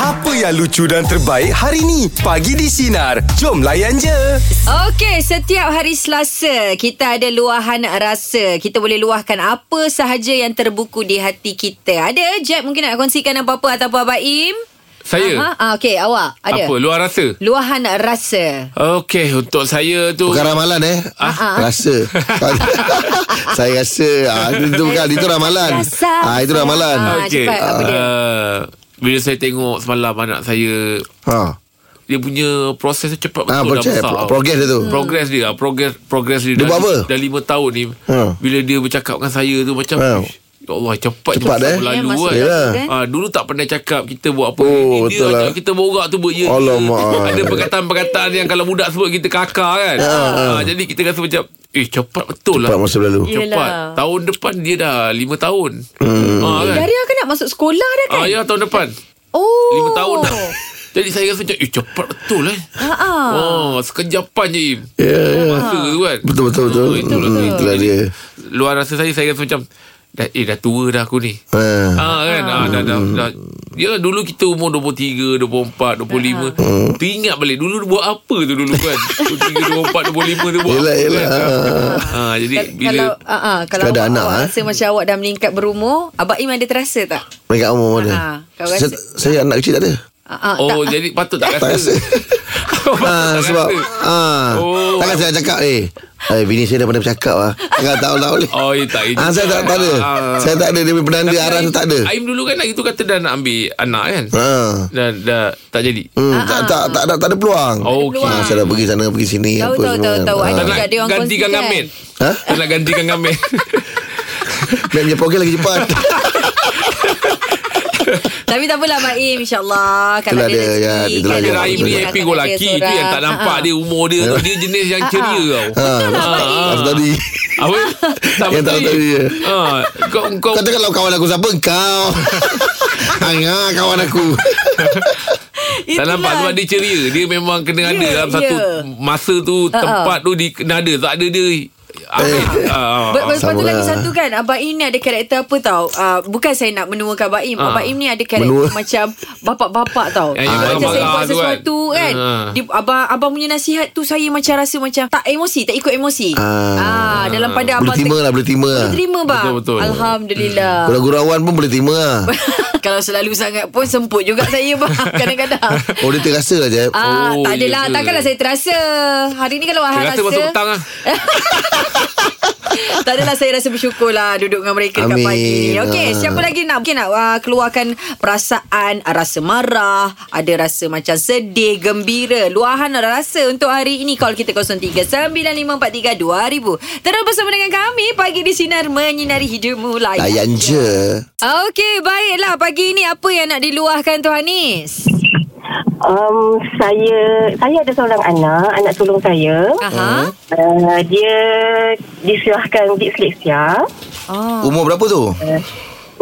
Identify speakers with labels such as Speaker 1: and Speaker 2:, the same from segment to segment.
Speaker 1: Apa yang lucu dan terbaik hari ni? Pagi di Sinar. Jom layan je.
Speaker 2: Okey, setiap hari Selasa kita ada luahan rasa. Kita boleh luahkan apa sahaja yang terbuku di hati kita. Ada Jeb mungkin nak kongsikan apa-apa ataupun Abaim?
Speaker 3: Saya?
Speaker 2: Ah, okey, awak ada.
Speaker 3: Apa? Luar rasa?
Speaker 2: Luahan rasa.
Speaker 3: Okey, untuk saya tu...
Speaker 4: Bukan ramalan eh
Speaker 2: Ah.
Speaker 4: ah. Rasa Saya rasa ah, Itu bukan Itu ramalan
Speaker 2: Rasa.
Speaker 4: ah, Itu
Speaker 2: Ah.
Speaker 4: ramalan
Speaker 3: Okey.
Speaker 2: cepat, apa dia?
Speaker 3: Uh, bila saya tengok semalam anak saya,
Speaker 4: ah.
Speaker 3: dia punya proses tu cepat betul dah
Speaker 4: Ah, proses,
Speaker 3: besar.
Speaker 4: pro- progress
Speaker 2: Hmm.
Speaker 4: dia tu.
Speaker 3: Progress dia. ah, Progress, progress dia.
Speaker 4: Dia
Speaker 3: dah,
Speaker 4: buat apa?
Speaker 3: Dah lima tahun ni.
Speaker 4: Ah.
Speaker 3: Bila dia bercakap dengan saya tu macam...
Speaker 4: Ah.
Speaker 3: "Ish, Ya Allah, cepat
Speaker 4: Cepat, eh?
Speaker 2: Ya,
Speaker 3: Lalu
Speaker 2: masa
Speaker 3: kan.
Speaker 4: Yelah.
Speaker 2: dah, kan?
Speaker 3: Ah, dulu tak pernah cakap kita buat apa.
Speaker 4: Oh,
Speaker 3: Ini dia
Speaker 4: betul lah.
Speaker 3: ajak kita borak tu buat ya. ya.
Speaker 4: Alamak.
Speaker 3: Ada perkataan-perkataan yang kalau budak sebut kita kakak kan. Ah, jadi kita rasa macam eh cepat betul
Speaker 4: Ha, Cepat
Speaker 3: lah.
Speaker 4: masa berlalu
Speaker 2: Ya.
Speaker 3: Cepat.
Speaker 2: Yelah.
Speaker 3: Tahun depan dia dah 5 tahun. Hmm. Ah, kan?
Speaker 2: Daria kan nak masuk sekolah dah kan?
Speaker 3: Ah, ya tahun depan. 5
Speaker 2: Oh.
Speaker 3: tahun dah. Jadi saya rasa macam eh cepat betul eh.
Speaker 2: Ha ah.
Speaker 3: Oh, sekejapan je Im.
Speaker 4: Ya, ya.
Speaker 3: Masa tu kan.
Speaker 4: Betul betul betul.
Speaker 3: Oh, itulah.
Speaker 4: Hmm, Itulah
Speaker 3: Jadi,
Speaker 4: dia.
Speaker 3: Luar rasa saya saya rasa macam dah, eh dah tua dah aku ni.
Speaker 4: Ha.
Speaker 3: Ah kan ah, dah, dah,
Speaker 4: Hmm.
Speaker 3: dah. Ya dulu kita umur 23, 24, 25
Speaker 2: Ah. Hmm.
Speaker 3: Tu ingat balik Dulu buat apa tu dulu kan 23, 24, 25 tu buat
Speaker 4: Yelah
Speaker 3: apa
Speaker 4: yelah.
Speaker 3: kan?
Speaker 4: Ah.
Speaker 3: ah, Jadi
Speaker 2: Kal-
Speaker 3: bila
Speaker 2: Kalau uh, uh, kalau
Speaker 4: Sekadar
Speaker 2: awak,
Speaker 4: anak,
Speaker 2: awak
Speaker 4: eh?
Speaker 2: rasa macam awak dah meningkat berumur, Abaim ada terasa tak?
Speaker 4: Mereka umur mana?
Speaker 2: Ah, kau rasa-
Speaker 4: Saya, saya anak kecil tak ada.
Speaker 2: Uh, uh,
Speaker 3: Oh jadi patut tak
Speaker 4: Tak
Speaker 3: rasa Oh, Patut tak
Speaker 4: rasa. Ha,
Speaker 3: rasa.
Speaker 4: sebab ah,
Speaker 3: Oh.
Speaker 4: Takkan saya cakap Eh Eh, bini saya dah pernah bercakap lah Takkan tak tak boleh
Speaker 3: Oh, ya, tak, ya.
Speaker 4: Ah, Saya tak, tak ada
Speaker 3: Ah.
Speaker 4: Saya tak ada Dia punya penanda arah tu tak ada
Speaker 3: Aim dulu kan lagi tu kata dah nak ambil anak kan
Speaker 4: Ah,
Speaker 3: Dan dah tak jadi
Speaker 4: hmm, tak, tak, tak, tak, tak ada peluang
Speaker 3: Oh, Okey
Speaker 4: Ah, Saya dah pergi sana Pergi sini
Speaker 2: Tahu,
Speaker 4: apa
Speaker 2: tahu,
Speaker 4: semua
Speaker 2: tahu,
Speaker 4: kan.
Speaker 2: tahu.
Speaker 4: Ah.
Speaker 3: Tak
Speaker 2: Ada-
Speaker 3: nak
Speaker 2: Juga dia orang
Speaker 3: gantikan
Speaker 2: kongsikan.
Speaker 3: Gamit
Speaker 4: Ha?
Speaker 3: Tak nak gantikan Gamit
Speaker 4: Mac punya program lagi cepat
Speaker 2: Tapi tak apalah Baim insyaAllah kalau dia
Speaker 4: Itulah dia,
Speaker 2: rezeki,
Speaker 4: kan.
Speaker 2: kalau
Speaker 4: Itulah
Speaker 3: Tapi
Speaker 4: dia.
Speaker 3: Rahim ni
Speaker 4: Betul.
Speaker 3: happy go lucky Tu yang tak
Speaker 2: Ah,
Speaker 3: nampak dia Umur dia tu Dia jenis yang ceria tau
Speaker 4: ha, Aku tadi
Speaker 3: Apa?
Speaker 4: Yang tak ya. tahu dia.
Speaker 3: ha, Kau Kau
Speaker 4: Kata kalau kawan aku siapa Kau Hanya kawan aku
Speaker 3: tak nampak sebab dia ceria Dia memang kena ada
Speaker 2: Ya,
Speaker 3: Dalam
Speaker 2: ya. Ah,
Speaker 3: satu Masa tu Tempat tu dia Kena ada Tak ada dia
Speaker 4: Eh.
Speaker 3: Ambil Ah,
Speaker 2: Ber-
Speaker 3: ah,
Speaker 2: lepas tu
Speaker 4: Sama
Speaker 2: lagi
Speaker 4: lah.
Speaker 2: satu kan Abang Im ni ada karakter apa tau uh, Bukan saya nak menuakan Abang Im
Speaker 3: Ah.
Speaker 2: Abang Im ni ada karakter
Speaker 4: Menua.
Speaker 2: macam Bapak-bapak tau Ah,
Speaker 3: Yang
Speaker 2: Macam
Speaker 4: ibu
Speaker 2: saya
Speaker 4: abang
Speaker 3: lah
Speaker 2: buat
Speaker 3: tu kan.
Speaker 2: sesuatu kan
Speaker 3: Ah.
Speaker 2: Dia, abang, abang punya nasihat tu Saya macam rasa macam Tak emosi Tak ikut emosi ah.
Speaker 4: Ah.
Speaker 2: Dalam pada
Speaker 4: Boleh
Speaker 2: abang
Speaker 4: terima lah Boleh terima lah
Speaker 2: Terima bang
Speaker 3: Betul-betul.
Speaker 2: Alhamdulillah
Speaker 4: Kalau gurauan pun boleh terima lah
Speaker 2: Kalau selalu sangat pun Semput juga saya bang Kadang-kadang
Speaker 4: Oh dia terasa lah Jeb
Speaker 2: Ah,
Speaker 3: Oh,
Speaker 2: tak adalah
Speaker 3: iya ke?
Speaker 2: Takkanlah saya terasa Hari ni kalau Ahad
Speaker 3: Saya rasa masuk petang lah
Speaker 2: tak adalah saya rasa bersyukur lah Duduk dengan mereka Dekat
Speaker 4: Amin.
Speaker 2: pagi Okey
Speaker 4: Ah.
Speaker 2: siapa lagi nak Mungkin nak uh, keluarkan Perasaan uh, Rasa marah Ada rasa macam sedih Gembira Luahan rasa Untuk hari ini Call kita 03-9543-2000 Terus bersama dengan kami Pagi di Sinar Menyinari hidupmu Layan
Speaker 4: Layan je
Speaker 2: Okey baiklah Pagi ini apa yang nak diluahkan Tuhan Nis
Speaker 5: Um, saya saya ada seorang anak, anak sulung saya.
Speaker 4: Oh.
Speaker 2: Aha.
Speaker 5: Uh, dia disilahkan disleksia.
Speaker 2: Oh.
Speaker 4: Umur berapa tu?
Speaker 5: Uh,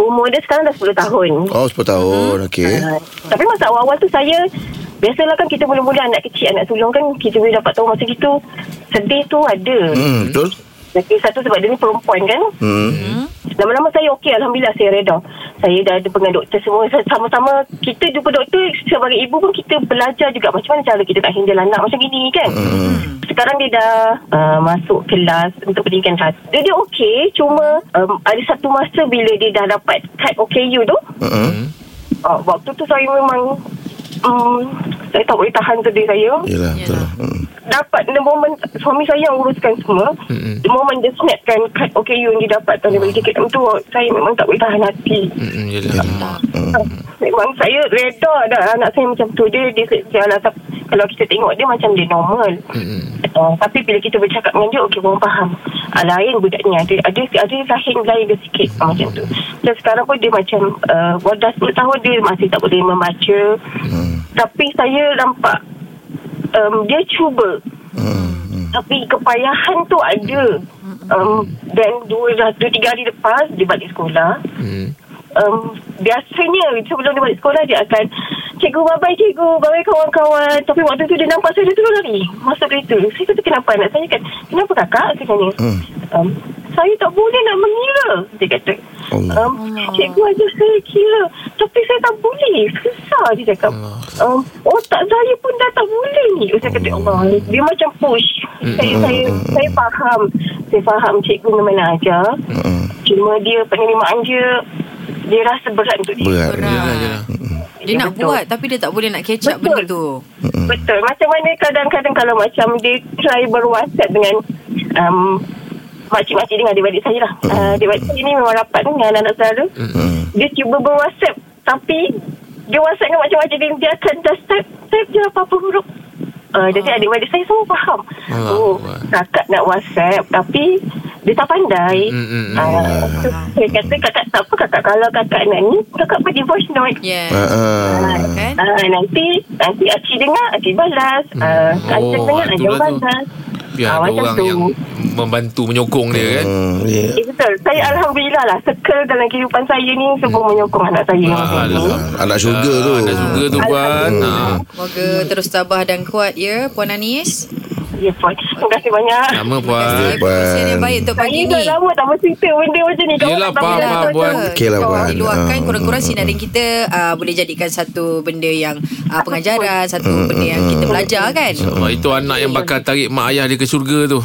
Speaker 5: umur dia sekarang dah 10 tahun.
Speaker 4: Oh 10 tahun Okay
Speaker 5: Uh, tapi masa awal-awal tu saya biasalah kan kita mula-mula anak kecil, anak sulung kan kita boleh dapat tahu masa itu sedih tu ada.
Speaker 4: Hmm betul
Speaker 5: Lagi satu sebab dia ni perempuan kan.
Speaker 4: Hmm
Speaker 5: Lama-lama saya okey Alhamdulillah saya reda Saya dah ada dengan doktor semua Sama-sama Kita jumpa doktor Sebagai ibu pun kita belajar juga Macam mana cara kita nak handle anak Macam gini kan Sekarang dia dah uh, Masuk kelas Untuk pendidikan khas Dia, dia okey Cuma um, Ada satu masa Bila dia dah dapat Kad OKU tu
Speaker 4: Mm-mm.
Speaker 5: uh, Waktu tu saya memang um, Saya tak boleh tahan sedih saya
Speaker 4: Yelah betul Mm.
Speaker 5: dapat the moment suami saya yang uruskan semua
Speaker 3: Mm-mm.
Speaker 5: the moment dia snapkan kad OKU yang dia dapatkan daripada tiket tu saya memang tak boleh tahan hati
Speaker 3: Mm-mm, Yelah alamak.
Speaker 5: memang saya reda dah anak saya macam tu dia dia jalan kalau kita tengok dia macam dia normal
Speaker 3: Mm-mm.
Speaker 5: Uh, tapi bila kita bercakap dengan dia Okey orang faham uh, Lain budak ni Ada ada, ada lain-lain dia sikit uh, Macam tu Dan sekarang pun dia macam uh, Baru dah 10 tahun Dia masih tak boleh membaca Tapi saya nampak um, Dia cuba
Speaker 4: Hmm,
Speaker 5: Tapi kepayahan tu ada um, Dan dua, lah, dua tiga hari lepas Dia balik sekolah
Speaker 4: Hmm.
Speaker 3: Mm.
Speaker 5: um, biasanya sebelum dia balik sekolah dia akan cikgu bye-bye cikgu bye-bye kawan-kawan tapi waktu tu dia nampak saya dia terus lari masuk kereta saya kata kenapa anak saya kan kenapa kakak saya tanya
Speaker 4: Hmm.
Speaker 5: um, saya tak boleh nak mengira dia kata
Speaker 4: Allah.
Speaker 5: um, Cikgu ajar saya kira Tapi saya tak boleh Susah dia cakap um, Otak saya pun dah tak boleh ni Saya kata Allah Dia macam push saya, saya, saya faham Saya faham cikgu memang nak ajar Cuma dia penerimaan dia Dia rasa berat untuk dia
Speaker 4: Berat.
Speaker 3: Yalah, yalah.
Speaker 2: Dia
Speaker 5: Ya,
Speaker 2: nak
Speaker 5: betul.
Speaker 2: buat tapi dia tak boleh nak catch up
Speaker 5: Betul.
Speaker 2: benda tu.
Speaker 5: Betul. Macam mana kadang-kadang kalau macam dia try berwhatsapp dengan um, makcik-makcik dengan adik-adik saya lah. Uh, adik-adik saya ni memang rapat dengan anak-anak saudara.
Speaker 4: Hmm.
Speaker 5: Dia cuba berwhatsapp tapi dia whatsapp dengan makcik-makcik dia, dia akan just type, type je apa-apa huruf. Uh, jadi adik-adik saya semua faham.
Speaker 3: Ah,
Speaker 5: oh,
Speaker 3: wah.
Speaker 5: kakak nak whatsapp tapi dia tak pandai.
Speaker 3: Hmm, hmm, hmm.
Speaker 5: Uh, so, saya kata kakak tak apa kakak kalau kakak nak ni kakak pergi voice note.
Speaker 3: Ya.
Speaker 2: Yeah.
Speaker 4: Ah, ah.
Speaker 2: Kan?
Speaker 5: Ah, nanti nanti Aci dengar Aci balas ah,
Speaker 3: Mm.
Speaker 5: Aci
Speaker 3: Oh,
Speaker 5: dengar Aci
Speaker 3: itulah tu.
Speaker 5: balas
Speaker 3: Biar
Speaker 5: Ah,
Speaker 3: ada
Speaker 5: macam
Speaker 3: orang
Speaker 5: tu.
Speaker 3: yang membantu menyokong dia kan.
Speaker 4: Hmm, ya.
Speaker 5: Eh, betul Saya Alhamdulillah lah Circle dalam kehidupan saya ni Semua menyokong anak saya
Speaker 3: Ah,
Speaker 5: macam tu.
Speaker 3: Mm. Alhamdulillah.
Speaker 4: Anak syurga tu.
Speaker 3: Ah, Anak syurga tu Puan. Ah.
Speaker 2: Moga terus tabah dan kuat ya Puan Anis.
Speaker 5: Ya Puan Terima kasih banyak
Speaker 3: Sama
Speaker 2: Terima
Speaker 3: Puan.
Speaker 2: kasih perkongsian yang baik untuk
Speaker 5: Saya
Speaker 2: pagi
Speaker 5: dah
Speaker 2: ni.
Speaker 5: lama tak bercerita Benda macam ni Kawan
Speaker 3: Yelah,
Speaker 5: tak tahu
Speaker 3: faham,
Speaker 5: lah.
Speaker 2: Yelah,
Speaker 3: faham,
Speaker 2: betul
Speaker 3: Puan.
Speaker 2: ke?
Speaker 4: Okey lah,
Speaker 2: Kalau
Speaker 4: Puan.
Speaker 2: Diluahkan
Speaker 4: Ah.
Speaker 2: kurang-kurang sinarin kita uh, Boleh jadikan satu benda yang uh, Pengajaran Satu benda yang kita belajar kan
Speaker 3: Ah, itu anak yang bakal tarik mak ayah dia ke syurga tu.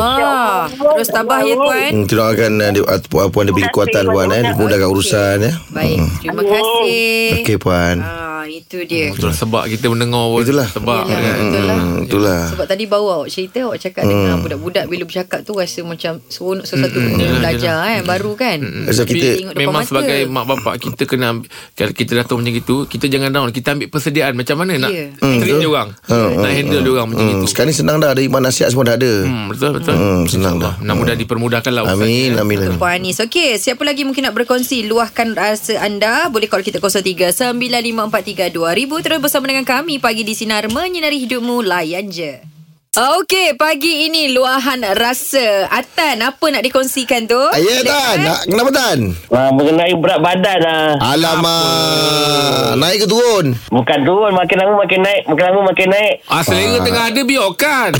Speaker 2: InsyaAllah
Speaker 5: InsyaAllah.
Speaker 2: Terus tabah ya Puan
Speaker 4: Hmm, kita doakan uh, dia, uh, puan puan dia beri kekuatan puan eh, dimudahkan urusan ya.
Speaker 2: Baik Terima kasih
Speaker 4: Okey puan.
Speaker 2: Ah, Itu dia
Speaker 3: Itulah sebab kita mendengar pun.
Speaker 4: Itulah.
Speaker 3: Sebab
Speaker 2: Yelah,
Speaker 3: kan.
Speaker 2: betul lah.
Speaker 4: Hmm, itulah.
Speaker 2: Sebab tadi bawa awak cerita Awak cakap hmm. dengan budak-budak Bila bercakap tu Rasa macam seronok Sesuatu benda
Speaker 3: yelah,
Speaker 2: belajar kan Baru kan
Speaker 4: So
Speaker 3: Tapi
Speaker 4: kita
Speaker 2: Tengok depan
Speaker 3: memang
Speaker 2: mata.
Speaker 3: sebagai mak bapak kita kena ambil- kalau kita dah tahu macam itu kita jangan down kita ambil persediaan macam mana nak
Speaker 2: Ya.
Speaker 3: yeah. treat dia orang nak handle dia orang macam
Speaker 4: hmm,
Speaker 3: itu
Speaker 4: sekarang ni senang dah ada iman nasihat semua dah ada.
Speaker 3: hmm, betul betul
Speaker 4: Hmm, senang dah.
Speaker 3: mudah dipermudahkan lah urusan
Speaker 4: Amin
Speaker 3: dia.
Speaker 4: amin. amin.
Speaker 2: Puan Anis Okey Siapa lagi mungkin nak berkongsi Luahkan rasa anda Boleh call kita 03 9543 2000 Terus bersama dengan kami Pagi di Sinar Menyinari hidupmu Layan je Okey, pagi ini luahan rasa. Atan, apa nak dikongsikan tu?
Speaker 4: Ayah Tan, nak, kenapa Tan?
Speaker 6: Ha, mengenai berat badan lah.
Speaker 4: Alamak, naik ke turun?
Speaker 6: Bukan turun, makin lama makin naik, makin lama makin naik.
Speaker 3: ah selera tengah ada kan? biarkan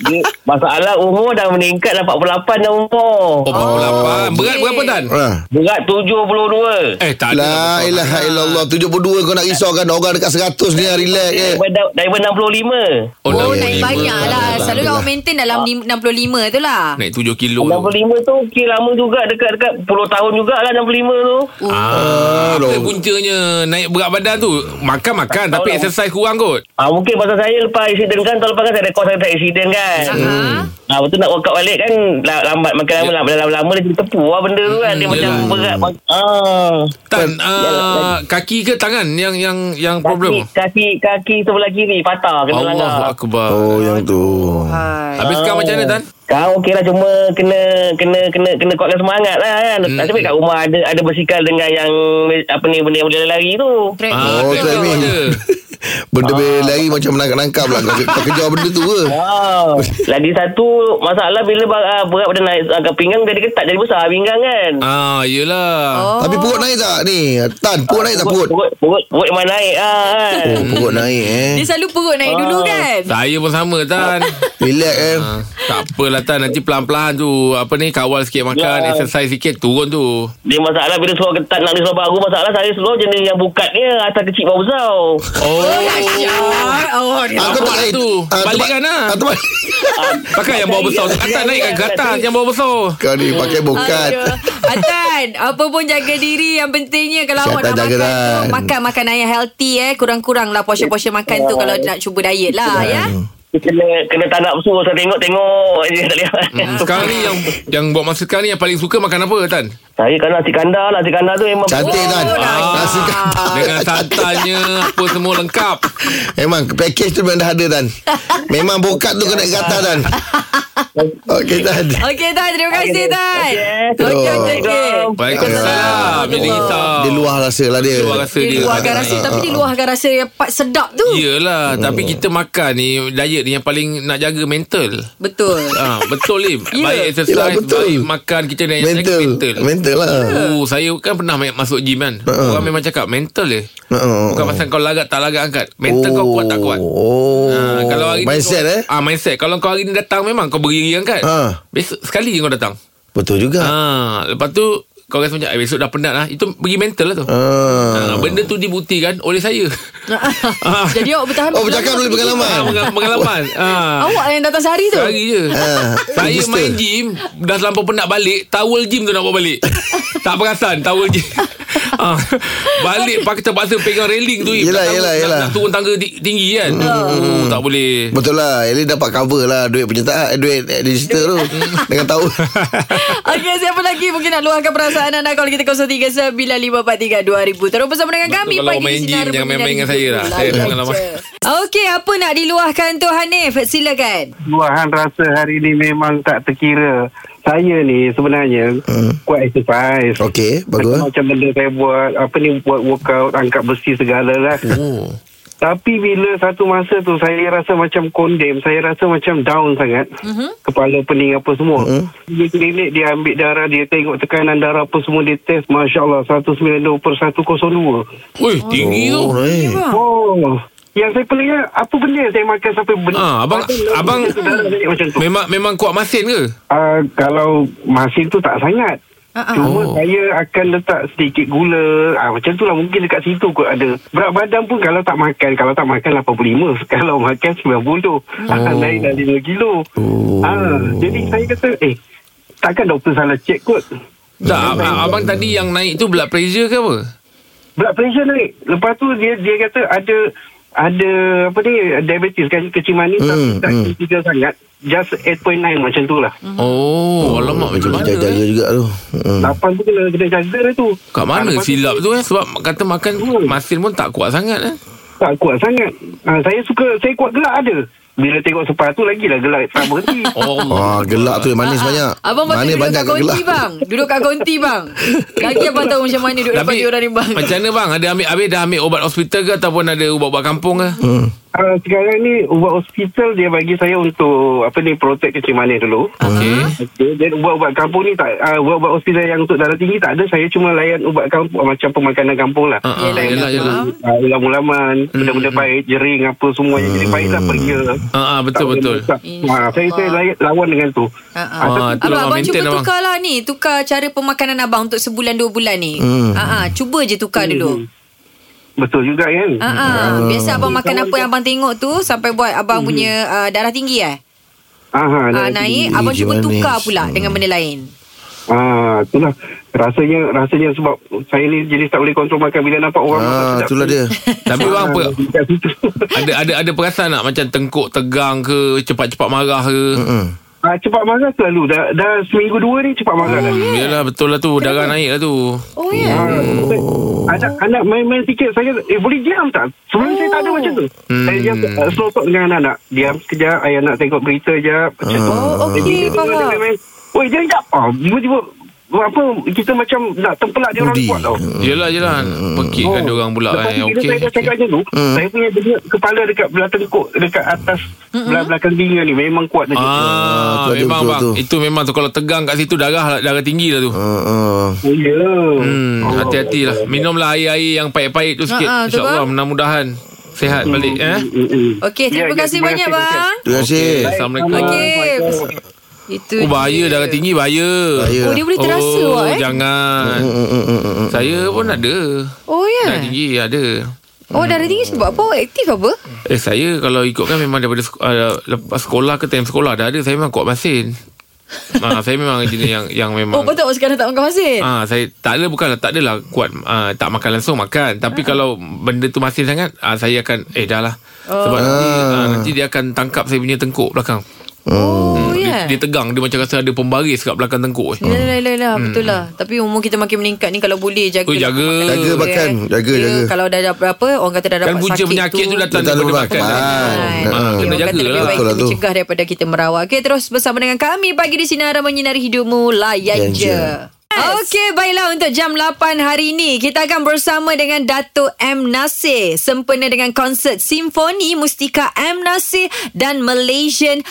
Speaker 6: Dia, masalah umur dah meningkat dah 48 dah
Speaker 3: oh,
Speaker 6: umur.
Speaker 3: oh, berat
Speaker 2: okey.
Speaker 3: berapa dan
Speaker 4: Ha.
Speaker 6: Berat 72.
Speaker 3: eh tak ada lah.
Speaker 4: La ilaha illallah 72 kau nak risaukan orang dekat 100 ni ah, relax eh.
Speaker 6: Daripada, daripada 65.
Speaker 3: oh,
Speaker 2: Oh,
Speaker 3: naik,
Speaker 2: naik banyak lah. Selalu
Speaker 4: Alhamdulillah.
Speaker 2: orang maintain dalam lim- 65 tu lah.
Speaker 3: naik 7 kilo tu.
Speaker 6: 65 tu okey lama juga dekat-dekat 10 tahun jugalah 65 tu.
Speaker 3: Ah,
Speaker 4: Aduh.
Speaker 3: apa puncanya naik berat badan tu makan-makan tapi
Speaker 6: tahu lah.
Speaker 3: exercise kurang kot
Speaker 6: Ha, mungkin pasal saya lepas accident kan tahun lepas kan saya rekod saya tak accident kan.
Speaker 2: Ha?
Speaker 6: Ha, betul nak workout balik kan la- lambat makin lama lama lama, lama dia tertepu lah benda tu kan dia
Speaker 3: Ya. Hmm,
Speaker 6: macam
Speaker 3: yelah.
Speaker 6: berat. Ah. kan.
Speaker 3: Tan, ah, kaki ke tangan yang yang yang problem?
Speaker 6: Kaki, kaki sebelah kiri patah kena langgar.
Speaker 3: Allah akbar.
Speaker 4: Oh yang tu.
Speaker 3: Ha.
Speaker 2: Hai.
Speaker 3: Habis sekarang macam mana Tan?
Speaker 6: Kau okey lah cuma kena kena kena kena kuatkan semangat lah kan.
Speaker 3: Hmm.
Speaker 6: Hmm. Tapi kat rumah ada ada bersikal dengan yang apa ni benda yang boleh lari tu.
Speaker 2: Track
Speaker 3: Ah,
Speaker 2: ni.
Speaker 4: Oh,
Speaker 3: track
Speaker 4: track
Speaker 3: ni.
Speaker 4: ni.
Speaker 3: ada.
Speaker 4: Benda ah. lari macam menangkap-nangkap lah Kau kau kejar benda tu ke?
Speaker 3: Oh.
Speaker 6: Wow. Ah. Lagi satu masalah bila bar- ah, berat badan naik agak pinggang jadi ketat jadi besar pinggang kan.
Speaker 3: Ah, yelah.
Speaker 2: Oh.
Speaker 4: Tapi perut naik tak ni? Tan, perut naik tak perut?
Speaker 6: Perut perut perut memang naik ah kan.
Speaker 4: Oh, perut naik eh.
Speaker 2: Dia selalu perut naik dulu kan?
Speaker 3: Saya pun sama Tan.
Speaker 4: Relax eh.
Speaker 3: Ah, tak apalah Tan, nanti pelan-pelan tu. Apa ni, kawal sikit
Speaker 6: Ya.
Speaker 3: makan, exercise sikit, turun tu.
Speaker 6: Dia masalah bila seluar ketat nak dia seluar baru masalah saya seluar jenis yang bukat dia atas kecil bawah besar.
Speaker 3: Oh,
Speaker 2: Dahsyat. Oh, dia
Speaker 4: Ah, tempat
Speaker 3: tu. Balikkan lah.
Speaker 4: Ah, tempat.
Speaker 3: pakai yang bawah besar tu. Atas naik kat atas yang bawah besar.
Speaker 4: Kau ni pakai bokat.
Speaker 2: Aduh. Atan, apa pun jaga diri yang pentingnya kalau awak nak
Speaker 4: Kesihatan
Speaker 2: makan
Speaker 4: jaga, kan.
Speaker 2: tu,
Speaker 4: Tan.
Speaker 2: makan makanan yang healthy eh, kurang-kurang lah portion-portion makan tu kalau nak cuba diet lah ya.
Speaker 4: Hmm.
Speaker 6: Dia Kena kena tak nak bersuruh saya tengok tengok je tak lihat.
Speaker 4: Hmm,
Speaker 3: Hmm, Sekarang ni yang yang buat masa sekarang ni yang paling suka makan apa Tan?
Speaker 6: Saya kan nasi kandar lah. Nasi kandar tu memang...
Speaker 4: Cantik Tan.
Speaker 3: Oh,
Speaker 4: Ah.
Speaker 2: dah.
Speaker 4: Nasi kandar.
Speaker 3: Ah. Dengan santannya apa semua lengkap.
Speaker 4: Memang package tu memang dah ada Tan. Memang bokat tu kena kata Tan. Okey Tan.
Speaker 2: Okey Tan, terima kasih Tan.
Speaker 6: Okey.
Speaker 4: Oh.
Speaker 2: Okey, okey, okey.
Speaker 3: Waalaikumsalam. Jadi risau.
Speaker 4: Dia luah rasa lah dia.
Speaker 3: Luar rasa
Speaker 2: Dia
Speaker 3: dia. Ya.
Speaker 2: luahkan rasa Tapi dia luahkan rasa Yang part sedap tu
Speaker 3: Yelah Tapi kita makan ni Diet ni yang paling Nak jaga mental
Speaker 2: Betul
Speaker 3: Ah, betul Lim
Speaker 2: Ya.
Speaker 3: Baik exercise
Speaker 4: Yelah, betul.
Speaker 3: Baik makan Kita nak
Speaker 4: Mental.
Speaker 3: mental,
Speaker 4: Mental lah.
Speaker 3: Oh, saya kan pernah main- masuk gym kan
Speaker 4: Uh-uh.
Speaker 3: Orang memang cakap Mental je
Speaker 4: Uh-uh.
Speaker 3: Bukan pasal kau larat tak larat angkat Mental kau kuat tak kuat
Speaker 4: Oh.
Speaker 3: Ah, kalau hari
Speaker 4: Mindset
Speaker 3: ni kau,
Speaker 4: eh.
Speaker 3: ah, Mindset Kalau kau hari ni datang Memang kau berdiri angkat
Speaker 4: Ah. Ha.
Speaker 3: Besok sekali je kau datang
Speaker 4: Betul juga.
Speaker 3: ah, Lepas tu Kau rasa macam "Eh, Besok dah penat lah Itu pergi mental lah tu
Speaker 4: Ah.
Speaker 3: Ah, Benda tu dibuktikan oleh saya
Speaker 2: Jadi awak bertahan
Speaker 4: Oh, bercakap
Speaker 2: berapa
Speaker 4: boleh
Speaker 2: lama?
Speaker 4: pengalaman.
Speaker 3: Pengal- Pengalaman Ah.
Speaker 2: Awak yang datang sehari tu
Speaker 3: Sehari je
Speaker 4: Ah,
Speaker 3: Saya
Speaker 4: register.
Speaker 3: main gym Dah terlampau penat balik Towel gym tu nak bawa balik Tak perasan Towel gym ha, Balik pakai terpaksa Pegang railing tu Tak
Speaker 4: Yelah,
Speaker 3: tahu
Speaker 4: yelah,
Speaker 3: nak-
Speaker 4: yelah. Hmm.
Speaker 3: Nak turun tangga ti- tinggi kan oh, Tak boleh
Speaker 4: Betul lah Ellie dapat cover lah Duit penyertaan eh, Duit eh, digital tu Dengan tahu
Speaker 2: Okey siapa lagi Mungkin nak luahkan perasaan anda Kalau kita 0395432000 Terus bersama dengan
Speaker 3: Sebab tu
Speaker 2: kami
Speaker 3: kalau
Speaker 2: Pagi
Speaker 3: main
Speaker 2: di
Speaker 3: gym,
Speaker 2: Sinar
Speaker 3: jangan main-main dengan
Speaker 2: Menyinari
Speaker 3: saya lah.
Speaker 2: Hidup.
Speaker 3: Saya dah
Speaker 2: Layan
Speaker 3: pengalaman.
Speaker 2: je. Okey apa nak diluahkan tu Hanif Silakan
Speaker 7: Luahan rasa hari ni memang tak terkira. Saya ni sebenarnya hmm. kuat exercise.
Speaker 4: Okey
Speaker 7: Macam-
Speaker 4: Bagus
Speaker 7: Macam benda saya buat Apa ni buat workout Angkat besi segala lah
Speaker 3: oh.
Speaker 4: Hmm.
Speaker 7: Tapi bila satu masa tu Saya rasa macam kondem Saya rasa macam down sangat uh-huh. Kepala pening apa semua
Speaker 4: Hmm.
Speaker 7: uh-huh. Dia kelilit Dia ambil darah Dia tengok tekanan darah apa semua Dia test Masya Allah 192 per 102
Speaker 3: Ui, tinggi tu
Speaker 4: Oh, eh.
Speaker 7: Oh yang saya pelik kan, apa benda yang saya makan sampai benda
Speaker 3: Ah, abang- abang-
Speaker 7: macam tu.
Speaker 3: Memang memang kuat masin ke?
Speaker 7: Uh, kalau masin tu tak sangat.
Speaker 2: Ah, ah.
Speaker 7: Cuma
Speaker 3: Oh.
Speaker 7: oh. saya akan letak sedikit gula. Ah macam tu lah mungkin dekat situ kot ada. Berat badan pun kalau tak makan, kalau tak makan 85, kalau makan 90. Ah naik dah 5 kilo.
Speaker 4: Oh.
Speaker 7: Ah jadi saya kata eh takkan doktor salah check kot.
Speaker 3: Tak, abang, abang tadi yang naik tu blood pressure ke apa?
Speaker 7: Blood pressure naik. Lepas tu dia dia kata ada ada apa ni diabetes kan kecil manis
Speaker 4: Hmm,
Speaker 7: tapi tak
Speaker 4: hmm.
Speaker 7: critical sangat. Just 8.9 macam tu lah.
Speaker 3: Oh, alamak macam mana?
Speaker 4: Jaga-jaga
Speaker 3: eh?
Speaker 4: juga tu hmm.
Speaker 7: 8 tu kena, kena jaga dah tu.
Speaker 3: Kat mana
Speaker 7: Ah, lepas tu-
Speaker 3: silap tu eh? Sebab kata makan
Speaker 7: Hmm.
Speaker 3: masin pun tak kuat sangat eh.
Speaker 7: Tak kuat sangat. Ha, saya suka, saya kuat gelak ada. Bila tengok sepatu lagilah gelak tak berhenti.
Speaker 3: Oh,
Speaker 4: Wah gelak tu yang manis
Speaker 2: Ah, ah.
Speaker 4: banyak
Speaker 2: Abang patut
Speaker 4: Manis
Speaker 2: duduk kat
Speaker 4: kat
Speaker 2: konti bang Duduk kat konti bang Lagi abang tahu macam mana Duduk dapat diorang ni bang
Speaker 3: Macam mana bang? Ada ambil habis dah ambil obat hospital ke ataupun ada ubat-ubat kampung ke?
Speaker 4: Hmm.
Speaker 7: ha, sekarang ni ubat hospital dia bagi saya untuk apa ni protect kecil manis dulu.
Speaker 3: Okey.
Speaker 7: Okay, dan ubat-ubat kampung ni tak uh, ubat-ubat hospital yang untuk darah tinggi tak ada saya cuma layan ubat kampung macam pemakanan kampung lah
Speaker 3: Ah, Hmm. ah,
Speaker 7: Saya
Speaker 3: yelah,
Speaker 7: kasi,
Speaker 3: yelah.
Speaker 7: ah, ulam-ulaman benda-benda baik jering apa semua yang jadi baik lah pergi
Speaker 3: Ah, ah, betul, betul.
Speaker 7: ha, saya, saya layan- lawan dengan tu
Speaker 2: Ah, ah.
Speaker 7: Ah,
Speaker 3: Ah, tu
Speaker 2: Abang,
Speaker 3: abang
Speaker 2: abang cuba
Speaker 3: maintain abang.
Speaker 2: tukar lah ni Tukar cara pemakanan abang Untuk sebulan dua bulan ni
Speaker 4: Hmm.
Speaker 2: Ah, ah, Cuba je tukar dulu
Speaker 7: betul juga kan
Speaker 2: Ah, ah.
Speaker 4: Hmm.
Speaker 2: Biasa abang makan apa yang abang tengok tu Sampai buat abang punya ah, darah tinggi eh ah,
Speaker 7: Aha, darah tinggi.
Speaker 2: Naik Abang
Speaker 4: Tinggi
Speaker 2: cuba
Speaker 4: manis.
Speaker 3: hmm.
Speaker 2: tukar pula Dengan benda lain
Speaker 7: Ah, itulah rasanya rasanya sebab saya ni jenis tak boleh kontrol makan bila nampak orang makan
Speaker 4: Ah,
Speaker 7: sedap.
Speaker 4: itulah dia
Speaker 3: Tapi bang apa?
Speaker 7: Dekat situ.
Speaker 3: Ada ada ada perasaan tak macam tengkuk tegang ke, cepat-cepat marah ke?
Speaker 4: hmm.
Speaker 7: Ah, cepat marah selalu dah dah seminggu dua ni cepat marah dah.
Speaker 3: Hmm, Yelah betul lah tu Darah naik lah tu
Speaker 2: Oh ya yeah.
Speaker 7: Ah, anak anak main-main sikit saya eh boleh diam tak? Sebelum saya tak ada macam tu.
Speaker 2: Hmm.
Speaker 7: Saya diam uh, slow talk dengan anak-anak. Diam sekejap, ayah nak tengok berita je. Macam tu.
Speaker 2: Oh
Speaker 7: Jadi,
Speaker 2: okey faham
Speaker 7: main-main, Oi, jangan jap. Ah, tiba-tiba apa kita macam nak tempelak dia orang
Speaker 4: Budi.
Speaker 7: kuat tau.
Speaker 3: Yelah yelah Pekikkan oh. orang pula
Speaker 7: Lepas
Speaker 3: kan
Speaker 7: tu bila
Speaker 3: Okey
Speaker 7: saya dah cakap macam tu Saya punya benda Kepala dekat belah tengkuk Dekat atas Belah belakang telinga ni Memang kuat lagi
Speaker 3: Hmm. Ah,
Speaker 4: tu ada
Speaker 3: memang
Speaker 4: betul
Speaker 3: bang
Speaker 4: tu.
Speaker 3: Itu memang tu Kalau tegang kat situ Darah darah tinggi lah tu
Speaker 4: Ah, ah.
Speaker 7: Oh ya
Speaker 3: Hmm, hati-hati lah Minumlah air-air yang pahit-pahit tu sikit
Speaker 2: Ah, ah, tu,
Speaker 3: InsyaAllah
Speaker 2: bang.
Speaker 3: mudah-mudahan Sehat balik eh
Speaker 2: Okey terima
Speaker 7: Ya, ya,
Speaker 2: kasih
Speaker 7: terima
Speaker 2: banyak
Speaker 7: kasih, terima
Speaker 2: bang
Speaker 4: Terima kasih
Speaker 3: Okey, Assalamualaikum
Speaker 2: Okey Itu
Speaker 3: Oh bahaya
Speaker 2: dia.
Speaker 3: darah tinggi bahaya
Speaker 2: Oh
Speaker 4: Bahaya.
Speaker 2: dia boleh terasa
Speaker 3: oh,
Speaker 2: awak eh
Speaker 3: jangan
Speaker 4: Hmm, hmm, hmm, hmm, hmm.
Speaker 3: Saya pun ada
Speaker 2: Oh ya
Speaker 3: Darah tinggi ada
Speaker 2: Oh darah tinggi sebab apa? Awak Aktif apa?
Speaker 7: Hmm.
Speaker 3: Eh saya kalau ikutkan memang daripada sek- uh, lepas sekolah ke time sekolah dah ada saya memang kuat masin. ha, saya memang jenis yang yang
Speaker 2: Oh
Speaker 3: memang
Speaker 2: patut awak sekarang tak makan masin
Speaker 3: Ah, saya tak ada bukanlah tak adalah kuat ah, tak makan langsung
Speaker 2: Ah.
Speaker 3: makan tapi kalau benda tu masin sangat ah, saya akan eh dah lah sebab nanti, ah, nanti dia akan tangkap saya punya tengkuk belakang
Speaker 2: Oh ya
Speaker 3: Hmm. dia, dia tegang dia macam rasa ada pembaris kat belakang tengkuk eh.
Speaker 2: Yelah, yelah, yelah, yelah. Betul lah. Tapi umur kita makin meningkat ni kalau boleh jaga.
Speaker 3: Hmm. Oh, jaga.
Speaker 4: Jaga makan. Jaga,
Speaker 2: Ya,
Speaker 4: jaga.
Speaker 2: Kalau dah dapat apa, orang kata dah
Speaker 3: kan
Speaker 2: dapat
Speaker 3: punca
Speaker 2: sakit
Speaker 3: penyakit tu, datang
Speaker 4: Datang
Speaker 3: daripada
Speaker 4: daripada
Speaker 3: makan
Speaker 4: makan.
Speaker 2: Kan.
Speaker 4: Ah,
Speaker 2: Okey,
Speaker 3: Ah, kena
Speaker 2: orang kata
Speaker 3: jaga
Speaker 2: lebih
Speaker 3: lah.
Speaker 2: baik
Speaker 4: Betul lah tu.
Speaker 2: mencegah daripada kita merawat. Okey, terus bersama dengan kami pagi di Sinar Menyinari Hidupmu. Layan
Speaker 4: Layan
Speaker 2: je.
Speaker 4: je.
Speaker 2: Okey, baiklah untuk jam 8 hari ini kita akan bersama dengan Dato' M. Nasir sempena dengan konsert simfoni Mustika M. Nasir dan Malaysian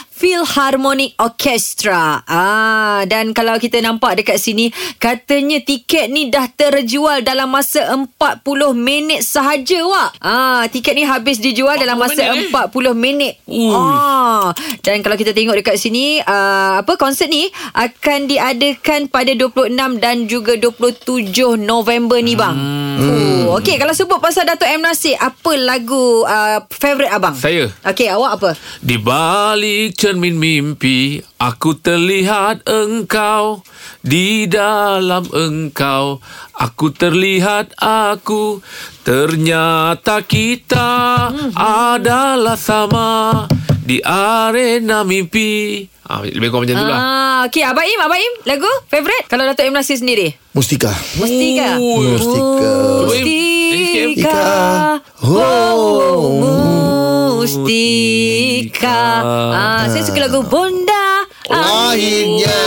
Speaker 2: Philharmonic Orchestra. Ah, dan kalau kita nampak dekat sini, katanya tiket ni dah terjual dalam masa 40 minit sahaja, Wak. Ah, tiket ni habis dijual dalam
Speaker 3: 40
Speaker 2: masa
Speaker 3: minit, eh?
Speaker 2: 40 minit.
Speaker 3: Ui.
Speaker 2: Ah. Dan kalau kita tengok dekat sini uh, apa konsert ni akan diadakan pada 26 dan juga 27 November ni bang. Hmm. Oh, okey kalau sebut pasal Dato' M Nasir, apa lagu uh, favorite abang?
Speaker 3: Saya.
Speaker 2: Okey, awak apa?
Speaker 3: Di balik cermin mimpi Aku terlihat engkau Di dalam engkau Aku terlihat aku Ternyata kita Adalah sama Di arena mimpi ah, Lebih kurang macam tu lah
Speaker 2: Ah, okey, Abang Im, Abang Im, lagu favorite kalau Dato' M Nasir sendiri?
Speaker 4: Mustika.
Speaker 2: Mustika.
Speaker 3: Oh,
Speaker 4: Mustika.
Speaker 2: Mustika. Oh, Mustika. Ah, saya suka lagu Bonda.
Speaker 4: Akhirnya.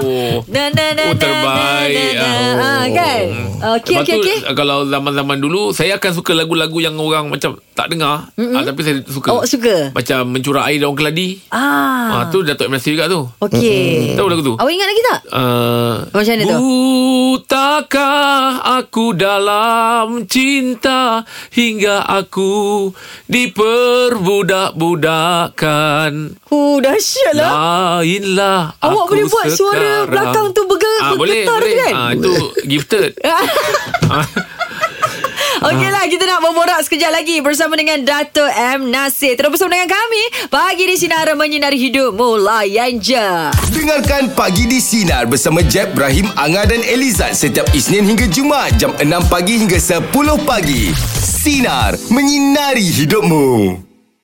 Speaker 3: Oh.
Speaker 2: Na na na
Speaker 3: Oh,
Speaker 2: na, na,
Speaker 3: terbaik.
Speaker 2: na,
Speaker 3: Ah.
Speaker 2: na. Ah, kan? Okey
Speaker 3: Lepas
Speaker 2: okey
Speaker 3: tu, eh,
Speaker 2: okey.
Speaker 3: Kalau zaman-zaman dulu Saya akan suka lagu-lagu Yang orang macam Tak dengar ah, Tapi saya suka
Speaker 2: Awak Oh, suka?
Speaker 3: Macam mencurah air Daun keladi ah.
Speaker 2: Ah.
Speaker 3: tu Dato' M. Nasir juga tu
Speaker 2: Okey.
Speaker 3: Tahu lagu tu?
Speaker 2: Awak ingat lagi tak?
Speaker 3: Uh,
Speaker 2: Macam mana tu?
Speaker 3: Butakah aku dalam cinta Hingga aku diperbudak-budakkan
Speaker 2: Oh, dahsyat lah.
Speaker 3: Lainlah
Speaker 2: Awak
Speaker 3: aku
Speaker 2: boleh buat suara
Speaker 3: sekarang.
Speaker 2: belakang tu bergerak,
Speaker 3: ah, Boleh,
Speaker 2: bergetar tu
Speaker 3: boleh
Speaker 2: kan?
Speaker 3: ah, Itu gifted
Speaker 2: Okey lah kita nak berborak sekejap lagi bersama dengan Dato M Nasir. Terus bersama dengan kami pagi di sinar menyinari hidup mulayan je.
Speaker 1: Dengarkan Pagi di Sinar bersama Jeb, Ibrahim, Anga dan Elizad setiap Isnin hingga Jumaat jam 6 pagi hingga 10 pagi. Sinar, menyinari hidupmu.